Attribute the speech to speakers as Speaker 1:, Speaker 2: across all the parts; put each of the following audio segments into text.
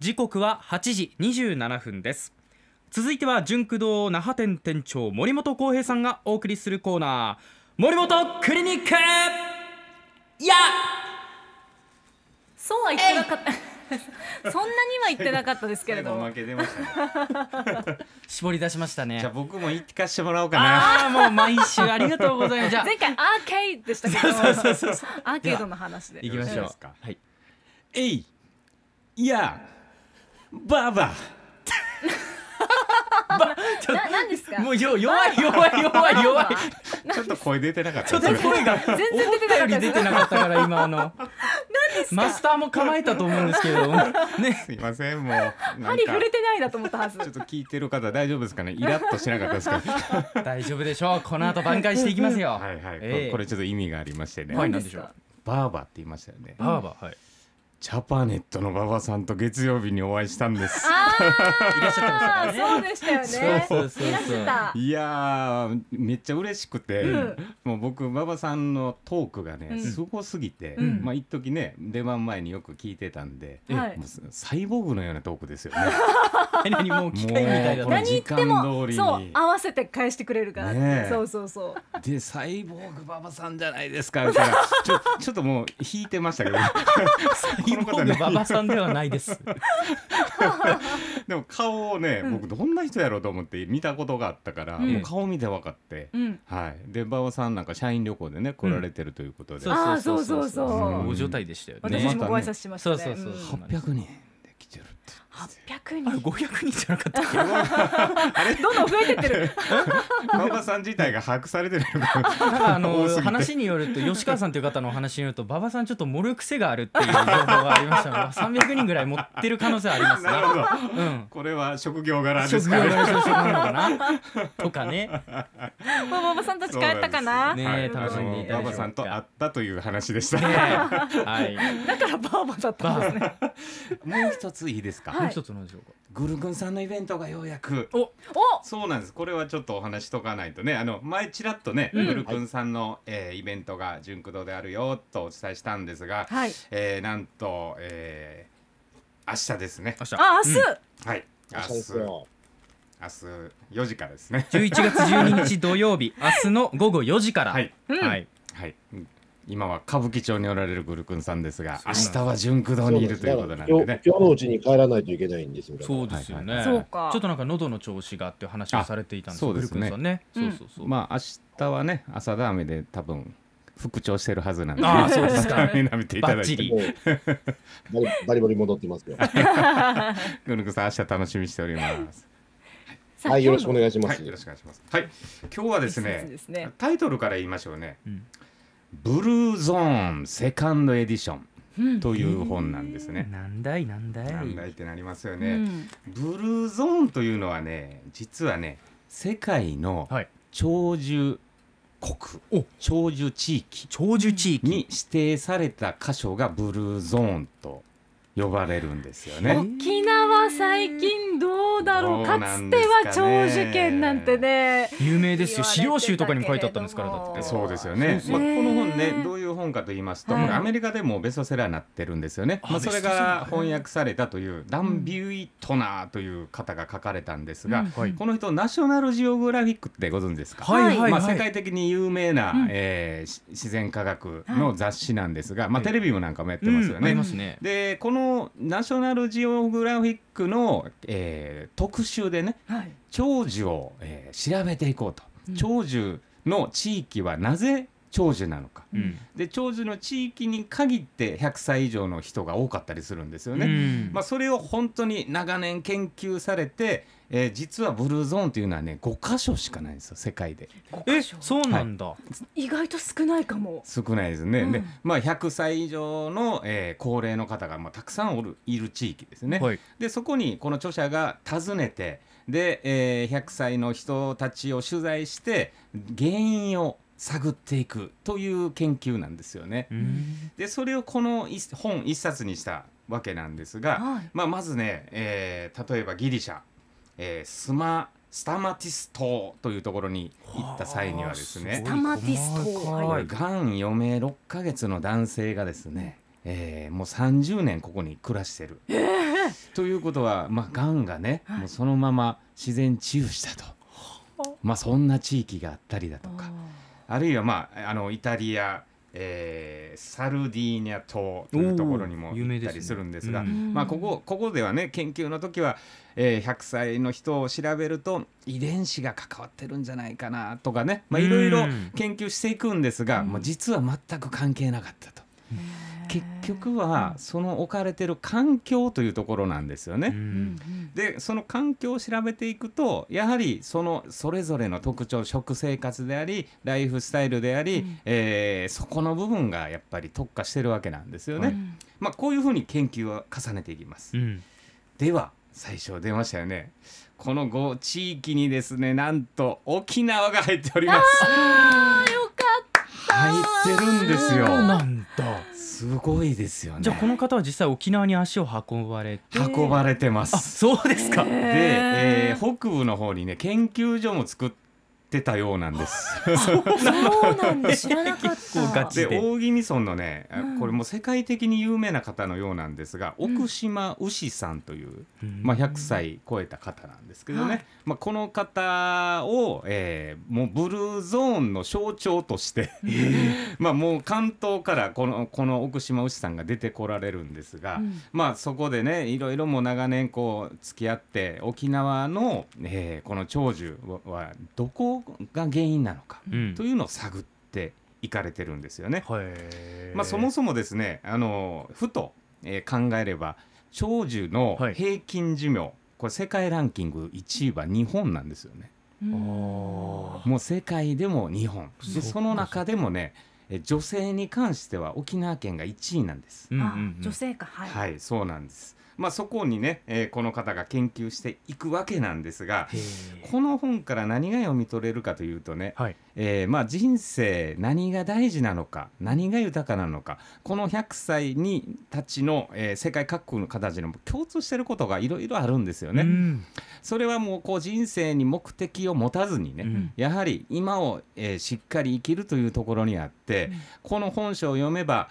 Speaker 1: 時刻は8時27分です続いては純駆動那覇店店長森本浩平さんがお送りするコーナー森本クリニックいや
Speaker 2: そうは言ってなかった そんなには言ってなかったですけれど
Speaker 3: 最後
Speaker 2: も
Speaker 3: 負けてましたね
Speaker 1: 絞り出しましたね
Speaker 3: じゃあ僕も行かしてもらおうかな
Speaker 1: ああもう毎週ありがとうござい ますじゃあ
Speaker 2: 前回アーケードでしたけど
Speaker 1: そうそうそう
Speaker 2: アーケードの話で
Speaker 1: 行きまし
Speaker 3: よ
Speaker 1: ょ
Speaker 3: ろ
Speaker 1: う
Speaker 3: しいですか
Speaker 1: はい
Speaker 3: えいいやばば
Speaker 2: ななんですか
Speaker 1: もうよ弱い弱い弱い弱い
Speaker 3: ちょっと声出てなかった
Speaker 1: ちょっと声が思っ
Speaker 2: 全然出て
Speaker 1: た
Speaker 2: なか
Speaker 1: より
Speaker 2: ったで
Speaker 1: 出
Speaker 2: す
Speaker 1: てなかった から今あのマスターも構えたと思うんですけど ね
Speaker 3: すいませんもうなん
Speaker 2: 針
Speaker 3: か
Speaker 2: 触れてないなと思ったはず
Speaker 3: ちょっと聞いてる方大丈夫ですかねイラッとしなかったですか
Speaker 1: 大丈夫でしょうこの後挽回していきますよ
Speaker 3: はいはい、こ
Speaker 1: ええ
Speaker 3: これちょっと意味がありましてね、
Speaker 1: はい
Speaker 2: 何ですか
Speaker 3: バーバって言いましたよね
Speaker 1: バーバーはい
Speaker 3: ジャパネットの馬場さんと月曜日にお会いしたんです
Speaker 2: あ
Speaker 1: いらっしゃってましたから
Speaker 2: あ
Speaker 1: ね
Speaker 2: そうでしたよね
Speaker 1: そうそうそうそう
Speaker 2: いらしてた
Speaker 3: いやーめっちゃ嬉しくて、
Speaker 2: うん
Speaker 3: もう僕馬場さんのトークがね、
Speaker 2: うん
Speaker 3: すごすぎて、
Speaker 2: うん
Speaker 3: まあ一時ね出番前によく聞いてたんで、
Speaker 2: はい
Speaker 3: もうサイボーグのようなトークですよね。
Speaker 1: 何もう機械みたいだ
Speaker 3: も
Speaker 1: っ
Speaker 3: うこ
Speaker 1: た
Speaker 3: れ
Speaker 2: 何言って
Speaker 3: 時間通
Speaker 2: も
Speaker 3: りに
Speaker 2: そう合わせて返してくれるからって
Speaker 3: ねえ
Speaker 2: そうそうそう
Speaker 3: でサイボーグ馬場さんじゃないですかみたいなちょちょっともう引いてましたけど
Speaker 1: キーボード馬場さんではないです
Speaker 3: でも顔をね、僕どんな人やろうと思って見たことがあったから、
Speaker 2: うん
Speaker 3: もう顔見て分かって、
Speaker 2: うん
Speaker 3: はい、で馬場さんなんか社員旅行でね来られてるということで、
Speaker 1: そう
Speaker 2: あーそうそうそう
Speaker 1: 大所帯でしたよ
Speaker 2: 私
Speaker 1: ね
Speaker 2: もご挨拶しました
Speaker 1: そう
Speaker 2: ね
Speaker 1: そうそう
Speaker 2: うん
Speaker 3: 800人で来てるって。
Speaker 2: 800
Speaker 1: あれ
Speaker 2: 人
Speaker 1: 500人じゃなかったっけ
Speaker 2: どんどん増えてってる
Speaker 3: 馬場さん自体が把握されてないのか
Speaker 1: な
Speaker 3: な
Speaker 1: んかあ
Speaker 3: 多
Speaker 1: の
Speaker 3: すぎて
Speaker 1: 話によると吉川さんという方のお話によると馬場さんちょっと盛る癖があるっていう情報がありましたのでまあ300人ぐらい持ってる可能性はありますね
Speaker 3: なるほど。
Speaker 1: うん
Speaker 3: これは職業柄で
Speaker 1: 職
Speaker 3: す
Speaker 1: 業
Speaker 3: か
Speaker 1: の
Speaker 3: ね。
Speaker 1: 職業なのかなとかね
Speaker 2: まあ馬場さんたち帰ったか
Speaker 3: そう
Speaker 2: なん
Speaker 1: ね
Speaker 3: ですよはい
Speaker 1: 楽しんでいた
Speaker 3: あ
Speaker 1: でしょうか
Speaker 3: の馬場さんと会ったという話でした。
Speaker 1: ねはい
Speaker 2: だからバーバだったんですね
Speaker 3: もう一ついいですか。
Speaker 1: もう一つなんでしょうか
Speaker 3: グルクンさんのイベントがようやく。
Speaker 1: お
Speaker 2: お
Speaker 3: そうなんです。これはちょっとお話しとかないとね、あの前ちらっとね、
Speaker 2: うん
Speaker 3: グルクンさんの、えーイベントが純駆堂であるよとお伝えしたんですが、
Speaker 2: はい
Speaker 3: えーなんと、えー明日ですね。
Speaker 1: 明日
Speaker 2: あ明日
Speaker 3: はい。明
Speaker 4: そうで
Speaker 3: 日
Speaker 4: す
Speaker 3: 明
Speaker 4: よ
Speaker 3: 日4時からですね。
Speaker 1: 11月12日土曜日明日の午後4時から
Speaker 3: はい
Speaker 2: うん
Speaker 1: はい
Speaker 3: はい。今は歌舞伎町におられるグルクンさんですが、
Speaker 1: そう
Speaker 3: 明
Speaker 1: なんです
Speaker 3: 日は純駆堂にいるということなんでね。
Speaker 4: 今日のうちに帰らないといけないんですよ。だから
Speaker 1: そうですよね、
Speaker 3: はい
Speaker 2: はいそうか
Speaker 1: ちょっとなんか喉の調子がっていう話をされていたんです
Speaker 3: あそうですね
Speaker 1: ブルックンさんね、
Speaker 2: うん
Speaker 1: そうそうそう、
Speaker 3: まあ明日はね朝ダメで多分復調してるはずなんで。
Speaker 1: ああそうです か
Speaker 3: 舐めていただ
Speaker 1: バッ
Speaker 3: い
Speaker 1: チ
Speaker 3: て。
Speaker 1: リ
Speaker 4: もうバリバリバリ戻ってますよ。
Speaker 3: グルクンさん明日楽しみにしております。
Speaker 2: さあ
Speaker 4: はい、よろしくお願いしま
Speaker 3: は
Speaker 4: す。
Speaker 3: い、よろしくお願いします。はい、今日はです
Speaker 2: 一節
Speaker 3: ね
Speaker 2: で、すね
Speaker 3: タイトルから言いましょうね。
Speaker 1: うん
Speaker 3: ブルーゾーンセカンドエディションという本なんですね。
Speaker 1: なんだいなんだい
Speaker 3: なんだいってなりますよ
Speaker 2: う
Speaker 3: ね。
Speaker 2: ん
Speaker 3: ブルーゾーンというのはね、実はね、世界の、
Speaker 1: はい
Speaker 3: 長寿
Speaker 1: お
Speaker 3: 国長寿地域
Speaker 1: 長寿地域
Speaker 3: に指定された箇所がブルーゾーンと呼ばれるんですよね。
Speaker 2: 沖縄最近どうだろう
Speaker 3: ど
Speaker 2: か
Speaker 3: うな
Speaker 2: つ
Speaker 3: ん
Speaker 2: て
Speaker 3: ですかね
Speaker 2: は長寿県なんてね
Speaker 1: 有名ですよ資
Speaker 2: 言わ
Speaker 1: 料
Speaker 2: れてたけれ
Speaker 1: 集とかに
Speaker 2: ども
Speaker 1: も書いてあったんですからだって
Speaker 3: そうですよね。
Speaker 2: そう
Speaker 3: ま
Speaker 2: そ
Speaker 3: あ
Speaker 2: う
Speaker 3: この本
Speaker 2: へ
Speaker 3: ね
Speaker 2: ー
Speaker 3: どういう本かと言いますと、
Speaker 2: はい
Speaker 3: これアメリカでもベストセラーになってるんですよね。
Speaker 1: あ
Speaker 3: まあそれ
Speaker 1: ベストセラ
Speaker 3: が
Speaker 1: ー
Speaker 3: 翻訳されたというダン・ビュイトナーという方が書かれたんですが、
Speaker 1: はい
Speaker 3: この人ナショナルジオグラフィックってご存知ですか？
Speaker 1: はいはいはい、
Speaker 3: まあ、世界的に有名な、
Speaker 2: うん
Speaker 3: えーし自然科学の雑誌なんですが、まあ、テレビもなんかもやって
Speaker 1: う
Speaker 3: ますよ
Speaker 1: んあ
Speaker 3: ね。
Speaker 1: りますね
Speaker 3: でこのナショナルジオグラフィックの、えー特集でね
Speaker 2: はい
Speaker 3: 長寿を、えー調べていこうと、
Speaker 2: うん
Speaker 3: 長寿の地域はなぜ長寿なのか
Speaker 1: うん
Speaker 3: で長寿の地域に限って100歳以上の人が多かったりするんですよね。
Speaker 1: うん
Speaker 3: まあ、それを本当に長年研究されて、えー実はブルーゾーンというのはね5箇所しかないんですよ世界で
Speaker 1: えそうなんだ、
Speaker 2: 意外と少ないかも
Speaker 3: 少ないですね、
Speaker 2: うん
Speaker 3: で、まあ、100歳以上の、えー高齢の方が、まあ、たくさんおるいる地域ですね、
Speaker 1: はい
Speaker 3: でそこにこの著者が訪ねてで、えー100歳の人たちを取材して原因を探っていくという研究なんですよね。
Speaker 1: うん
Speaker 3: でそれをこの一本一冊にしたわけなんですが、
Speaker 2: はい
Speaker 3: まあ、まずね、えー例えばギリシャ、えースマスタマティス島というところに行った際にはです
Speaker 1: は
Speaker 3: ね
Speaker 1: あ
Speaker 2: タマティス
Speaker 1: す
Speaker 2: ト
Speaker 1: ごい
Speaker 3: こ
Speaker 1: は
Speaker 3: れ
Speaker 1: い
Speaker 3: がん余命6ヶ月の男性がですね、えーもう30年ここに暮らしてる、ということは、まあ、がんがね、もうそのまま自然治癒したと。まあ、そんな地域があったりだとか、あるいは、まあ、あのイタリア、えーサルディーニャ島というところに
Speaker 1: お
Speaker 3: も
Speaker 1: ー有名
Speaker 3: 行
Speaker 1: で
Speaker 3: った
Speaker 1: すね
Speaker 3: りするんですが、
Speaker 2: うん
Speaker 3: まあ、ここここではね研究の時は、えー100歳の人を調べると遺伝子が関わってるんじゃないかなとかねまあ
Speaker 1: うん
Speaker 3: いろいろ研究していくんですが、
Speaker 2: うん
Speaker 3: まあ、実は全く関係なかったと。結局は
Speaker 2: うん
Speaker 3: その置かれてる環境というところなんですよね。
Speaker 1: うん
Speaker 3: でその環境を調べていくとやはりそのそれぞれの特徴食生活でありライフスタイルであり、
Speaker 2: うん
Speaker 3: えーそこの部分がやっぱり特化してるわけなんですよね。
Speaker 1: はい
Speaker 3: まあ、こういうふうに研究を重ねていきます。
Speaker 1: うん
Speaker 3: では最初出ましたよねこの5地域にですねなんと沖縄が入っております
Speaker 2: あーよかっ
Speaker 3: 入ってるんですよ
Speaker 1: そうなんだ
Speaker 3: すごいですよね
Speaker 1: じゃあこの方は実際沖縄に足を運ばれて
Speaker 3: 運ばれてま
Speaker 1: あ
Speaker 3: す、
Speaker 1: そうですか、
Speaker 2: た
Speaker 3: で、えー北部の方にね研究所も作ってたようなんです
Speaker 2: そうなんだ知らなかった
Speaker 1: 結構ガチ
Speaker 3: で
Speaker 1: で
Speaker 3: 大宜味村のね、あ
Speaker 2: うん
Speaker 3: これもう世界的に有名な方のようなんですが、
Speaker 2: うん
Speaker 3: 奥島牛さんという、
Speaker 1: うん
Speaker 3: まあ、100歳超えた方なんですけどね、
Speaker 2: はい
Speaker 3: まあ、この方を、えーもうブルーゾーンの象徴として まあもう関東からこのこの奥島牛さんが出てこられるんですが、
Speaker 2: うん
Speaker 3: まあそこでねいろいろもう長年こう付き合って沖縄の、えーこの長寿はどこが原因なのか
Speaker 1: うん
Speaker 3: というのを探っていかれてるんですよね。
Speaker 1: はい
Speaker 3: まあ、そもそもですねあのふと、えー考えれば長寿の
Speaker 1: はい
Speaker 3: 平均寿命、これ世界ランキング1位は日本なんですよね。
Speaker 2: うん
Speaker 1: あー
Speaker 3: もう世界でも日本
Speaker 1: そ
Speaker 3: で
Speaker 1: っか
Speaker 3: その中でもねえ女性に関しては沖縄県が1位なんです。
Speaker 1: うんうん
Speaker 2: あ
Speaker 1: うん
Speaker 2: 女性かはい、
Speaker 3: はい、そうなんです。まあそこにね、えーこの方が研究していくわけなんですが、
Speaker 1: へー
Speaker 3: この本から何が読み取れるかというとね、
Speaker 1: はい
Speaker 3: えーまあ人生何が大事なのか、何が豊かなのか、この100歳にたちの、えー世界各国の方たちにも共通していることがいろいろあるんですよね。
Speaker 1: うん
Speaker 3: それはもうこう人生に目的を持たずにね、
Speaker 1: うん
Speaker 3: やはり今を、えーしっかり生きるというところにあって、
Speaker 2: うん
Speaker 3: この本書を読めば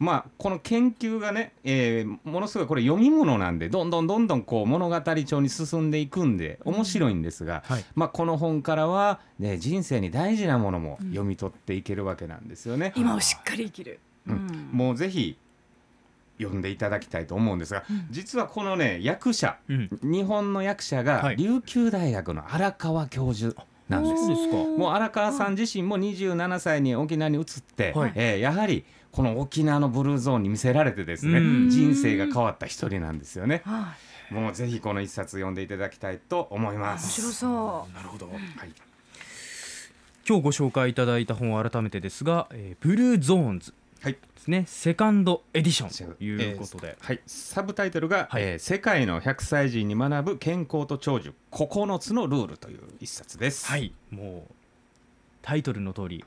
Speaker 3: まあこの研究がね、えーものすごいこれ読み物なんでどんどんどんどんこう物語調に進んでいくんで面白いんですが、
Speaker 1: はい
Speaker 3: まあ、この本からは、ね、人生に大事なものも読み取っていけるわけなんですよね。
Speaker 2: 今をしっかり生きる、
Speaker 3: うんもうぜひ読んでいただきたいと思うんですが、
Speaker 2: うん
Speaker 3: 実はこのね役者
Speaker 1: うん
Speaker 3: 日本の役者が
Speaker 1: はい
Speaker 3: 琉球大学の荒川教授なんです。
Speaker 1: そうですか
Speaker 3: もう荒川さん自身も27歳に沖縄に移って、
Speaker 1: はい
Speaker 3: えーやはりこの沖縄のブルーゾーンに魅せられてですね、
Speaker 1: うん
Speaker 3: 人生が変わった一人なんですよね
Speaker 2: う。はい、
Speaker 3: もうぜひこの一冊読んでいただきたいと思いま
Speaker 2: 面白
Speaker 3: す。
Speaker 2: そう
Speaker 1: なるほど
Speaker 3: はい、
Speaker 1: 今日ご紹介いただいた本改めてですが、えーブルーゾーンズ
Speaker 3: はい
Speaker 1: ですねセカンドエディションということで、
Speaker 3: はい、サブタイトルが、
Speaker 1: はい
Speaker 3: えー世界の100歳人に学ぶ健康と長寿9つのルール」という一冊です。
Speaker 1: はいもうタイトルの通り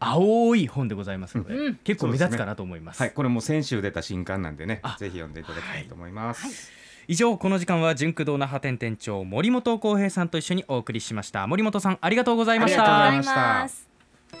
Speaker 1: 青い本でございますので、
Speaker 2: うん
Speaker 1: 結構目立つかなと思います
Speaker 3: はい、これもう先週出た新刊なんでね
Speaker 1: あ、
Speaker 3: ぜひ読んでいただきたいと思います。
Speaker 1: 以上この時間は純駆動那覇店店長森本浩平さんと一緒にお送りしました森本さんありがとうございまし
Speaker 3: ありがとうございました
Speaker 1: た
Speaker 2: あり